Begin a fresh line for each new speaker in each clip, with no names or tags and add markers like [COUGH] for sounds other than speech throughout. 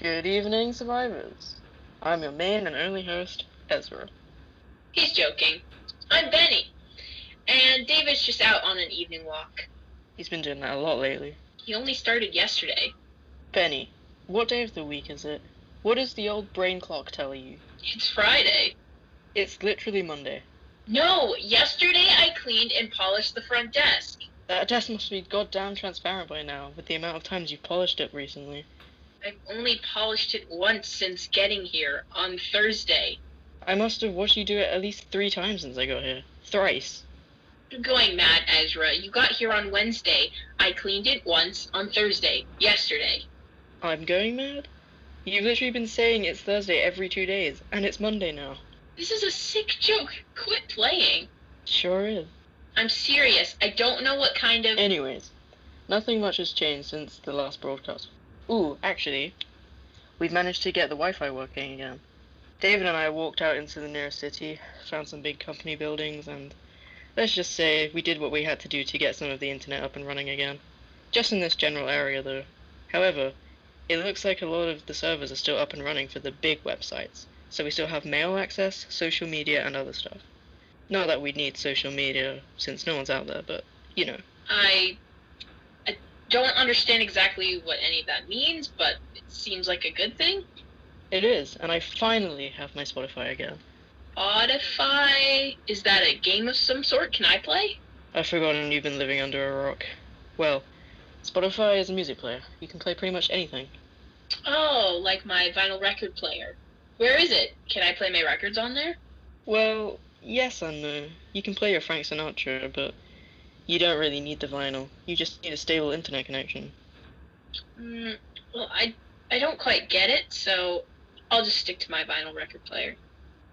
Good evening, survivors. I'm your main and only host, Ezra.
He's joking. I'm Benny. And David's just out on an evening walk.
He's been doing that a lot lately.
He only started yesterday.
Benny, what day of the week is it? What does the old brain clock tell you?
It's Friday.
It's literally Monday.
No, yesterday I cleaned and polished the front desk.
That desk must be goddamn transparent by now, with the amount of times you've polished it recently.
I've only polished it once since getting here on Thursday.
I must have watched you do it at least three times since I got here. Thrice.
You're going mad, Ezra. You got here on Wednesday. I cleaned it once on Thursday, yesterday.
I'm going mad? You've literally been saying it's Thursday every two days, and it's Monday now.
This is a sick joke. Quit playing.
Sure is.
I'm serious. I don't know what kind of.
Anyways, nothing much has changed since the last broadcast. Ooh, actually, we've managed to get the Wi Fi working again. David and I walked out into the nearest city, found some big company buildings, and let's just say we did what we had to do to get some of the internet up and running again. Just in this general area, though. However, it looks like a lot of the servers are still up and running for the big websites, so we still have mail access, social media, and other stuff. Not that we need social media since no one's out there, but you know.
I, I don't understand exactly what any of that means, but it seems like a good thing.
It is, and I finally have my Spotify again.
Spotify. Is that a game of some sort? Can I play?
I've forgotten you've been living under a rock. Well, Spotify is a music player. You can play pretty much anything.
Oh, like my vinyl record player. Where is it? Can I play my records on there?
Well, yes and no. You can play your Frank Sinatra, but you don't really need the vinyl. You just need a stable internet connection.
Mm, well, I I don't quite get it, so I'll just stick to my vinyl record player.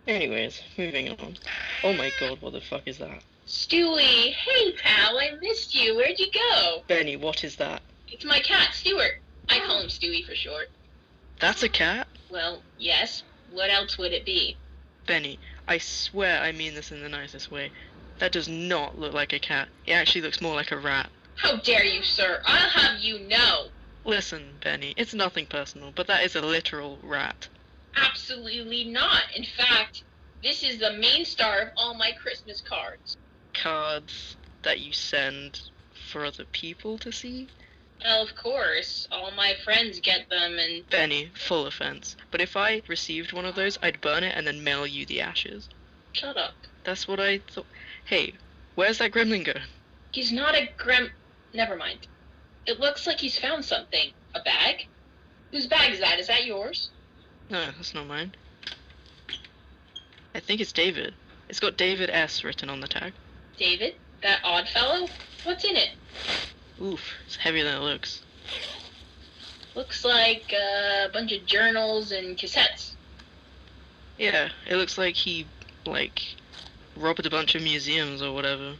Anyways, moving on. Oh my god, what the fuck is that?
Stewie, hey pal, I missed you. Where'd you go?
Benny, what is that?
It's my cat, Stuart. I call him Stewie for short.
That's a cat?
Well, yes. What else would it be?
Benny, I swear I mean this in the nicest way. That does not look like a cat. It actually looks more like a rat.
How dare you, sir? I'll have you know.
Listen, Benny, it's nothing personal, but that is a literal rat.
Absolutely not. In fact, this is the main star of all my Christmas cards.
Cards that you send for other people to see?
Well, of course, all my friends get them, and
Benny, full offense. But if I received one of those, I'd burn it and then mail you the ashes.
shut up.
That's what I thought. Hey, where's that gremlin go?
He's not a grem. Never mind. It looks like he's found something. A bag? Whose bag is that? Is that yours?
No, that's not mine. I think it's David. It's got David S written on the tag.
David? That odd fellow? What's in it?
Oof, it's heavier than it looks.
Looks like uh, a bunch of journals and cassettes.
Yeah, it looks like he, like, robbed a bunch of museums or whatever.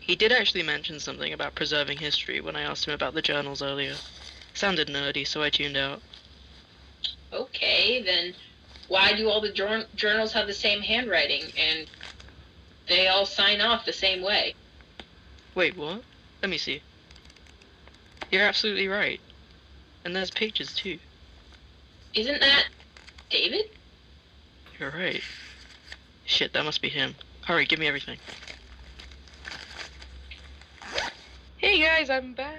He did actually mention something about preserving history when I asked him about the journals earlier. Sounded nerdy, so I tuned out.
Okay, then why do all the jour- journals have the same handwriting and they all sign off the same way?
Wait, what? Let me see. You're absolutely right. And there's pictures too.
Isn't that David?
You're right. Shit, that must be him. Alright, give me everything.
Hey guys, I'm back.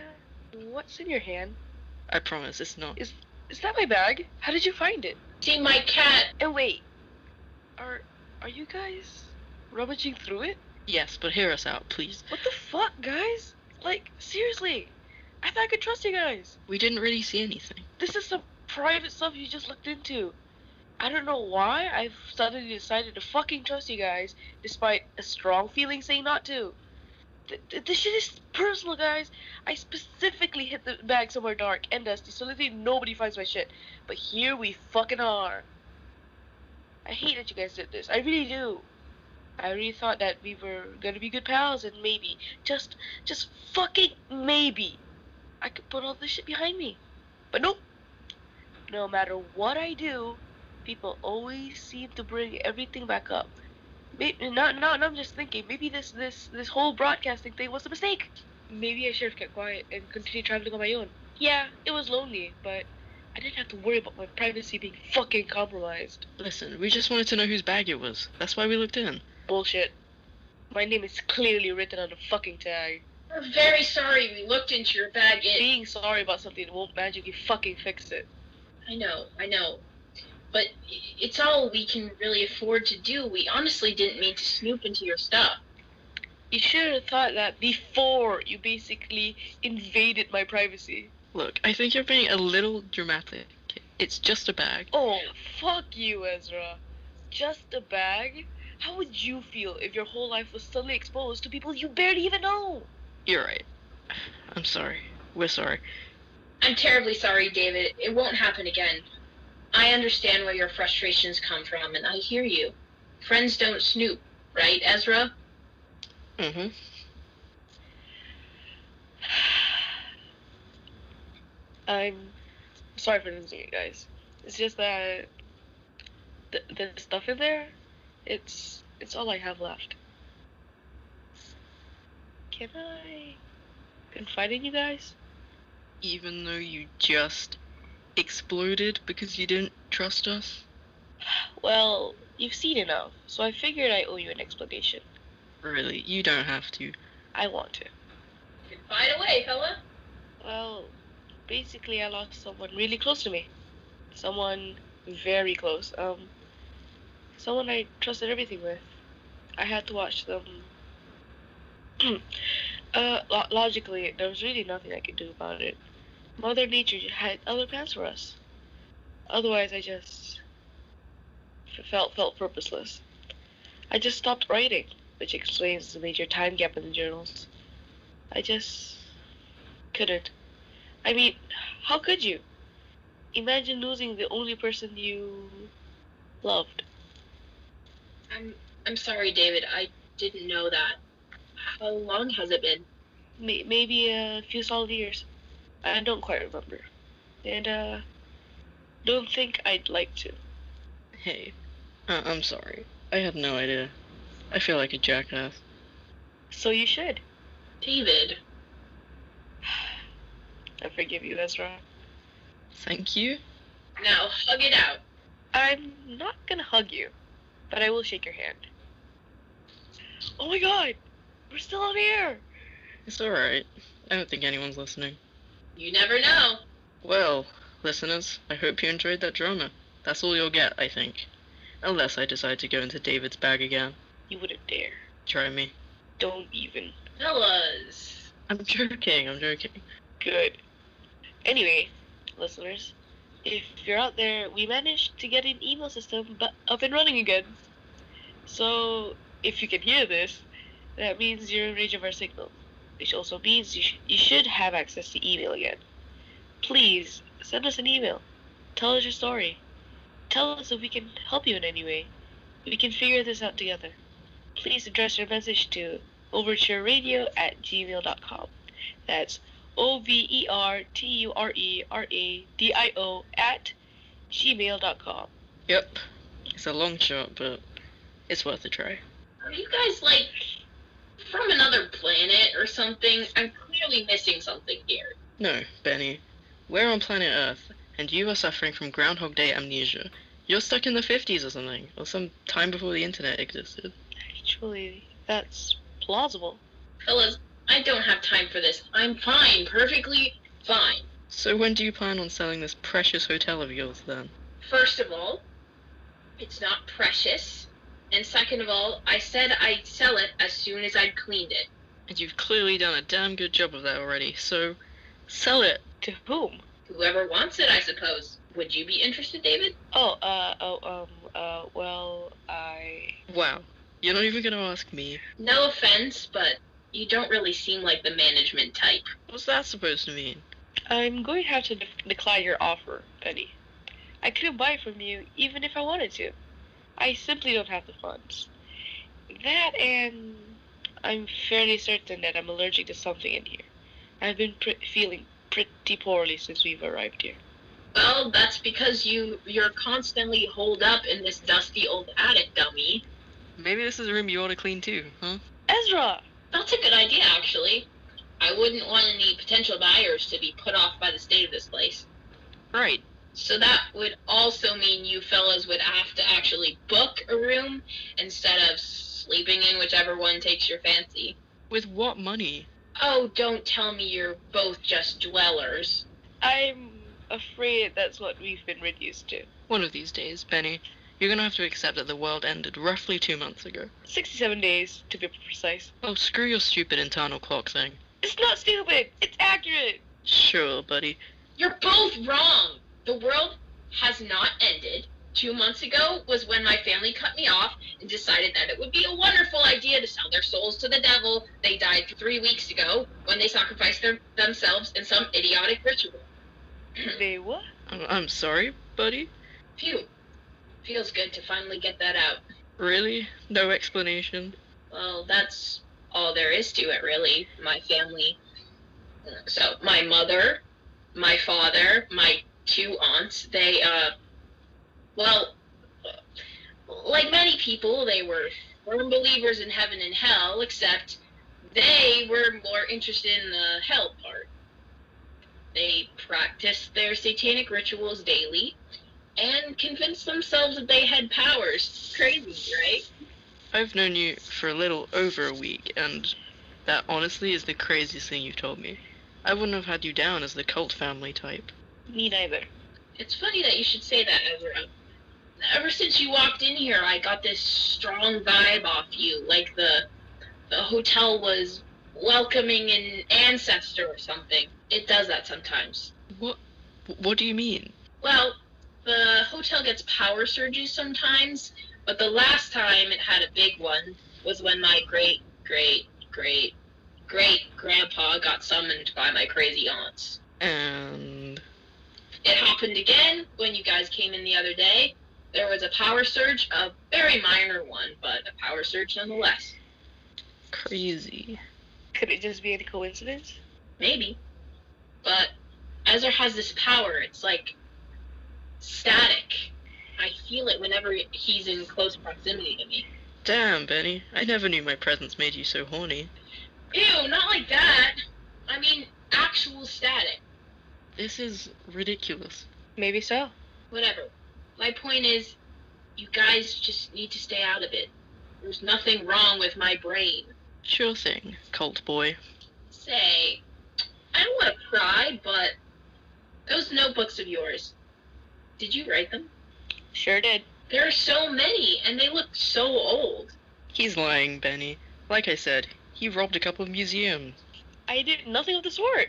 What's in your hand?
I promise it's not.
Is that my bag? How did you find it?
See, my cat.
And wait, are are you guys rummaging through it?
Yes, but hear us out, please.
What the fuck, guys? Like seriously, I thought I could trust you guys.
We didn't really see anything.
This is some private stuff you just looked into. I don't know why I've suddenly decided to fucking trust you guys, despite a strong feeling saying not to. Th- th- this shit is personal, guys. I specifically hid the bag somewhere dark and dusty so that nobody finds my shit. But here we fucking are. I hate that you guys did this. I really do. I really thought that we were gonna be good pals and maybe, just, just fucking maybe, I could put all this shit behind me. But nope. No matter what I do, people always seem to bring everything back up. Maybe now, now, now I'm just thinking. Maybe this this this whole broadcasting thing was a mistake. Maybe I should have kept quiet and continued traveling on my own. Yeah, it was lonely, but I didn't have to worry about my privacy being fucking compromised.
Listen, we just wanted to know whose bag it was. That's why we looked in.
Bullshit. My name is clearly written on the fucking tag.
We're very sorry we looked into your bag. It,
Being sorry about something won't magically fucking fix it.
I know, I know. But i- it's all we can really afford to do. We honestly didn't mean to snoop into your stuff.
You should have thought that before you basically invaded my privacy.
Look, I think you're being a little dramatic. It's just a bag.
Oh, fuck you, Ezra. Just a bag? How would you feel if your whole life was suddenly exposed to people you barely even know? [SIGHS]
You're right. I'm sorry. We're sorry.
I'm terribly sorry, David. It won't happen again. I understand where your frustrations come from, and I hear you. Friends don't snoop, right, Ezra?
Mm-hmm.
I'm sorry for losing it, guys. It's just that the, the stuff in there, it's it's all I have left. Can I confide in you guys?
Even though you just exploded because you didn't trust us?
Well, you've seen enough, so I figured I owe you an explanation.
Really, you don't have to.
I want to.
Confide away, fella.
Well, basically, I lost someone really close to me. Someone very close. Um, someone I trusted everything with. I had to watch them. [CLEARS THROAT] uh, lo- logically, there was really nothing I could do about it. Mother Nature had other plans for us. Otherwise, I just f- felt felt purposeless. I just stopped writing, which explains the major time gap in the journals. I just couldn't. I mean, how could you? Imagine losing the only person you loved.
I'm I'm sorry, David. I didn't know that. How long has it been?
May- maybe a few solid years. I don't quite remember. And, uh, don't think I'd like to.
Hey, uh, I'm sorry. I had no idea. I feel like a jackass.
So you should.
David.
I forgive you, Ezra.
Thank you.
Now hug it out.
I'm not gonna hug you, but I will shake your hand. Oh my god! We're still on air!
It's alright. I don't think anyone's listening.
You never know.
Well, listeners, I hope you enjoyed that drama. That's all you'll get, I think. Unless I decide to go into David's bag again.
You wouldn't dare.
Try me.
Don't even.
Fellas.
I'm joking, I'm joking.
Good. Anyway, listeners, if you're out there, we managed to get an email system bu- up and running again. So, if you can hear this, that means you're in range of our signal, which also means you, sh- you should have access to email again. Please send us an email. Tell us your story. Tell us if we can help you in any way. We can figure this out together. Please address your message to overtureradio at gmail.com. That's O V E R T U R E R A D I O at gmail.com.
Yep. It's a long shot, but it's worth a try.
Are you guys like from another planet or something? I'm clearly missing something here.
No, Benny. We're on planet Earth, and you are suffering from Groundhog Day amnesia. You're stuck in the 50s or something, or some time before the internet existed.
Actually, that's plausible.
Fellas, I don't have time for this. I'm fine, perfectly fine.
So when do you plan on selling this precious hotel of yours then?
First of all, it's not precious. And second of all, I said I'd sell it as soon as I'd cleaned it.
And you've clearly done a damn good job of that already, so sell it.
To whom?
Whoever wants it, I suppose. Would you be interested, David?
Oh, uh, oh, um, uh, well, I.
Wow. You're not even gonna ask me.
No offense, but you don't really seem like the management type.
What's that supposed to mean?
I'm going to have to def- decline your offer, Penny. I couldn't buy from you even if I wanted to. I simply don't have the funds. That and I'm fairly certain that I'm allergic to something in here. I've been pre- feeling pretty poorly since we've arrived here.
Well, that's because you you're constantly holed up in this dusty old attic, dummy.
Maybe this is a room you ought to clean too, huh?
Ezra!
That's a good idea, actually. I wouldn't want any potential buyers to be put off by the state of this place.
Right.
So that would also mean you fellas would have to actually book a room instead of sleeping in whichever one takes your fancy.
With what money?
Oh, don't tell me you're both just dwellers.
I'm afraid that's what we've been reduced to.
One of these days, Benny, you're gonna have to accept that the world ended roughly two months ago.
67 days, to be precise.
Oh, screw your stupid internal clock thing.
It's not stupid, it's accurate.
Sure, buddy.
You're both wrong. The world has not ended. Two months ago was when my family cut me off and decided that it would be a wonderful idea to sell their souls to the devil. They died three weeks ago when they sacrificed their, themselves in some idiotic ritual.
they what?
I'm, I'm sorry, buddy.
Phew. Feels good to finally get that out.
Really? No explanation?
Well, that's all there is to it, really. My family. So, my mother, my father, my two aunts, they, uh, well, like many people, they were firm believers in heaven and hell, except they were more interested in the hell part. They practiced their satanic rituals daily and convinced themselves that they had powers. Crazy, right?
I've known you for a little over a week, and that honestly is the craziest thing you've told me. I wouldn't have had you down as the cult family type.
Me neither.
It's funny that you should say that, Ezra. Ever since you walked in here, I got this strong vibe off you, like the the hotel was welcoming an ancestor or something. It does that sometimes.
What? What do you mean?
Well, the hotel gets power surges sometimes, but the last time it had a big one was when my great great great great grandpa got summoned by my crazy aunts.
And
It happened again when you guys came in the other day. There was a power surge, a very minor one, but a power surge nonetheless.
crazy.
Could it just be a coincidence?
Maybe. But Ezra has this power. It's like static. I feel it whenever he's in close proximity to me.
Damn, Benny. I never knew my presence made you so horny.
Ew, not like that. I mean, actual static.
This is ridiculous.
Maybe so.
Whatever. My point is, you guys just need to stay out of it. There's nothing wrong with my brain.
Sure thing, cult boy.
say, I don't want to pry, but those notebooks of yours, did you write them?
Sure did.
There are so many, and they look so old.
He's lying, Benny. Like I said, he robbed a couple of museums.
I did nothing of the sort.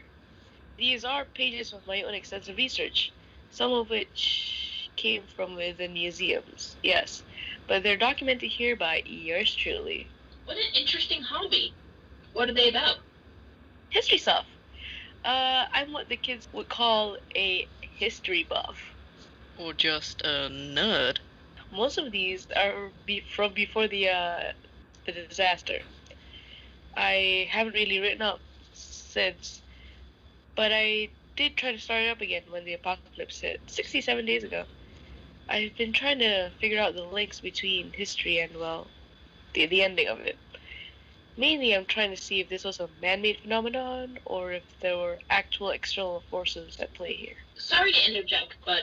These are pages of my own extensive research, some of which came from within museums, yes, but they're documented here by yours truly.
What an interesting hobby. What are they about?
History stuff. Uh, I'm what the kids would call a history buff.
Or just a nerd.
Most of these are be- from before the uh, the disaster. I haven't really written up since, but I did try to start it up again when the apocalypse hit 67 days ago. I've been trying to figure out the links between history and well, the the ending of it. Mainly, I'm trying to see if this was a man-made phenomenon or if there were actual external forces at play here.
Sorry to interject, but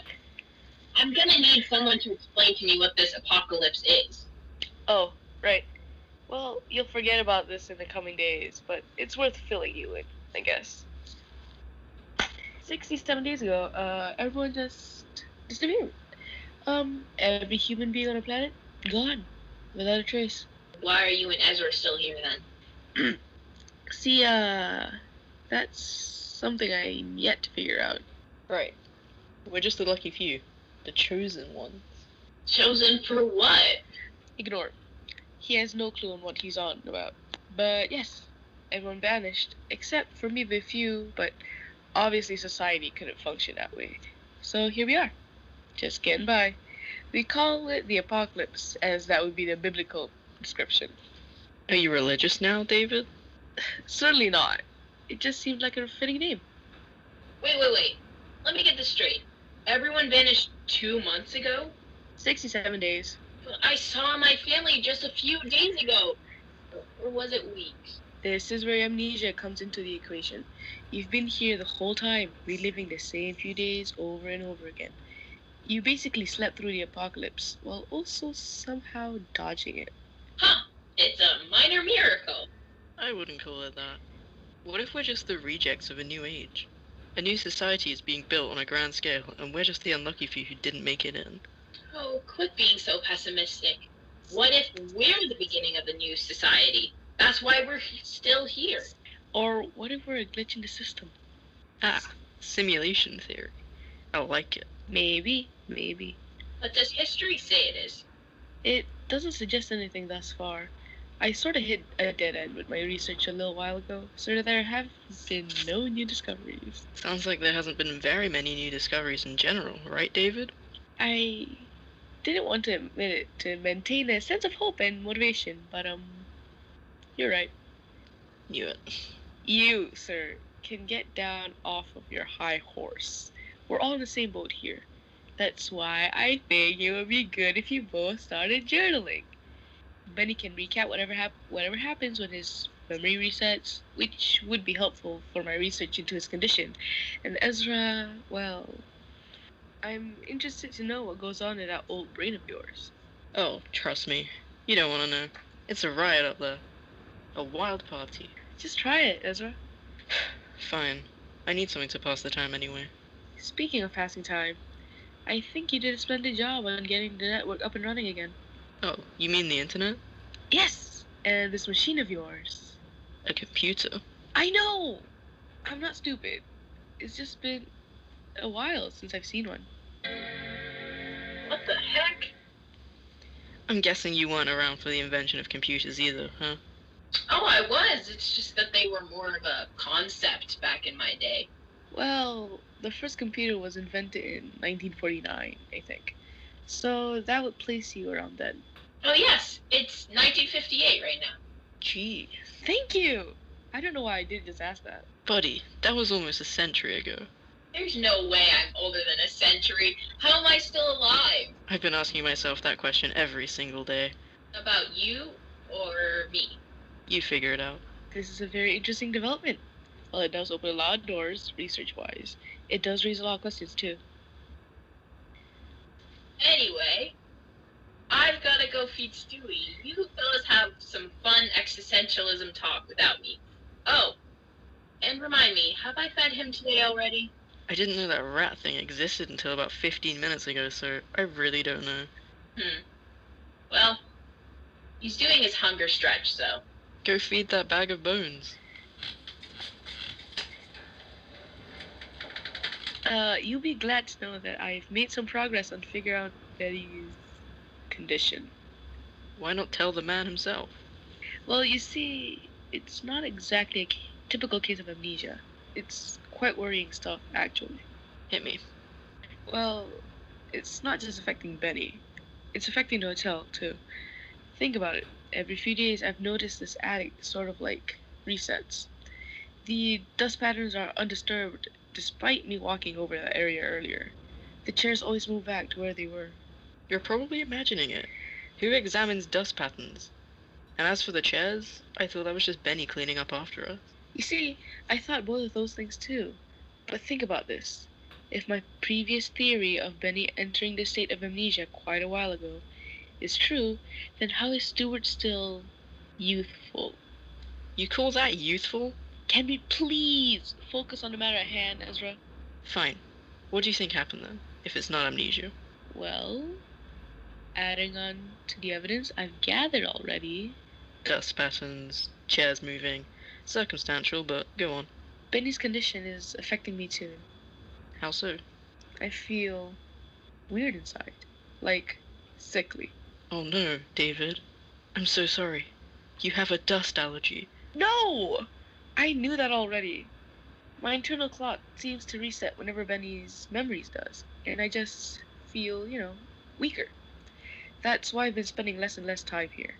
I'm gonna need someone to explain to me what this apocalypse is.
Oh, right. Well, you'll forget about this in the coming days, but it's worth filling you in, I guess. 67 days ago, uh, everyone just disappeared. Um, every human being on the planet, gone, without a trace.
Why are you and Ezra still here then?
See, uh, that's something I'm yet to figure out.
Right. We're just the lucky few. The chosen ones.
Chosen for what?
Ignore. He has no clue on what he's on about. But yes, everyone vanished, except for maybe a few, but obviously society couldn't function that way. So here we are, just getting by. We call it the apocalypse, as that would be the biblical description.
Are you religious now, David?
Certainly not. It just seemed like a fitting name.
Wait, wait, wait. Let me get this straight. Everyone vanished two months ago?
67 days.
I saw my family just a few days ago. Or was it weeks?
This is where amnesia comes into the equation. You've been here the whole time, reliving the same few days over and over again. You basically slept through the apocalypse while also somehow dodging it.
Huh, it's a minor miracle.
I wouldn't call it that. What if we're just the rejects of a new age? A new society is being built on a grand scale, and we're just the unlucky few who didn't make it in.
Oh, quit being so pessimistic. What if we're the beginning of the new society? That's why we're still here.
Or what if we're a glitch in the system?
Ah, simulation theory. I like it.
Maybe, maybe.
What does history say it is?
It doesn't suggest anything thus far. I sort of hit a dead end with my research a little while ago, so there have been no new discoveries.
Sounds like there hasn't been very many new discoveries in general, right, David?
I didn't want to admit it to maintain a sense of hope and motivation, but um, you're right.
Knew it.
You, sir, can get down off of your high horse. We're all in the same boat here. That's why I think it would be good if you both started journaling. Benny can recap whatever hap- whatever happens when his memory resets, which would be helpful for my research into his condition. And Ezra, well, I'm interested to know what goes on in that old brain of yours.
Oh, trust me. You don't want to know. It's a riot up there. A wild party.
Just try it, Ezra.
Fine. I need something to pass the time anyway.
Speaking of passing time, I think you did a splendid job on getting the network up and running again.
Oh, you mean the internet?
Yes, and this machine of yours.
A computer?
I know. I'm not stupid. It's just been a while since I've seen one.
What the heck?
I'm guessing you weren't around for the invention of computers either, huh?
Oh, I was. It's just that they were more of a concept back in my day.
Well, the first computer was invented in 1949, I think. So that would place you around then.
Oh, yes. It's 1958 right now.
Gee.
Thank you. I don't know why I did just ask that.
Buddy, that was almost a century ago.
There's no way I'm older than a century. How am I still alive?
I've been asking myself that question every single day.
About you or me?
You figure it out.
This is a very interesting development. While it does open a lot of doors, research wise, it does raise a lot of questions too.
Anyway, I've gotta go feed Stewie. You fellas have some fun existentialism talk without me. Oh, and remind me, have I fed him today already?
I didn't know that rat thing existed until about 15 minutes ago, so I really don't know.
Well, he's doing his hunger stretch, so.
Go feed that bag of bones.
Uh, you'll be glad to know that I've made some progress on figuring out Betty's condition.
Why not tell the man himself?
Well, you see, it's not exactly a ca- typical case of amnesia. It's quite worrying stuff, actually.
Hit me.
Well, it's not just affecting Benny. It's affecting the hotel too. Think about it. Every few days, I've noticed this attic sort of like resets. The dust patterns are undisturbed despite me walking over that area earlier. The chairs always move back to where they were.
You're probably imagining it. Who examines dust patterns? And as for the chairs, I thought that was just Benny cleaning up after us.
You see, I thought both of those things too. But think about this. If my previous theory of Benny entering the state of amnesia quite a while ago is true, then how is Stewart still youthful?
You call that youthful?
Can we please focus on the matter at hand, Ezra?
Fine. What do you think happened then, if it's not amnesia?
Well, adding on to the evidence I've gathered already,
Dust patterns, chairs moving, circumstantial, but go on.
Benny's condition is affecting me too.
How so?
I feel weird inside, like sickly.
Oh no, David. I'm so sorry. You have a dust allergy.
No! I knew that already. My internal clock seems to reset whenever Benny's memories does, and I just feel, you know, weaker. That's why I've been spending less and less time here.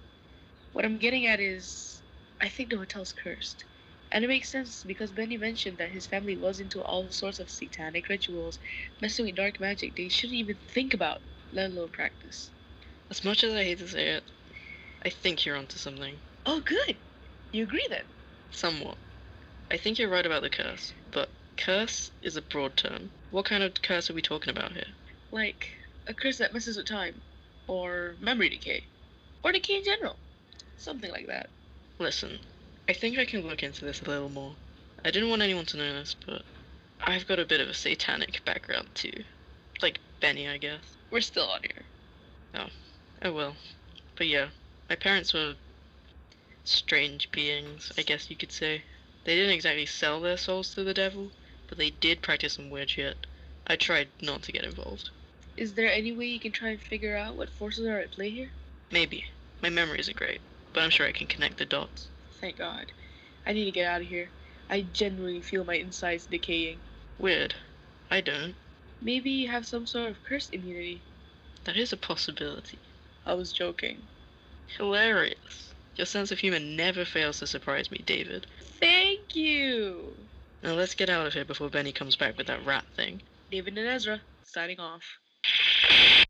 What I'm getting at is, I think the hotel's cursed. And it makes sense because Benny mentioned that his family was into all sorts of satanic rituals, messing with dark magic they shouldn't even think about, let alone practice.
As much as I hate to say it, I think you're onto something.
Oh, good! You agree then?
Somewhat. I think you're right about the curse, but curse is a broad term. What kind of curse are we talking about here?
like a curse that messes with time, or memory decay, or decay in general, something like that.
Listen, I think I can look into this a little more. I didn't want anyone to know this, but I've got a bit of a satanic background too. Like Benny, I guess.
We're still on here.
Oh well. But yeah, my parents were strange beings, I guess you could say. They didn't exactly sell their souls to the devil, but they did practice some weird shit. I tried not to get involved.
Is there any way you can try and figure out what forces are at play here?
Maybe. My memory isn't great, but I'm sure I can connect the dots.
Thank God. I need to get out of here. I genuinely feel my insides decaying.
Weird. I don't.
Maybe you have some sort of curse immunity.
That is a possibility.
I was joking.
Hilarious. Your sense of humor never fails to surprise me, David.
Thank you!
Now let's get out of here before Benny comes back with that rat thing.
David and Ezra, signing off.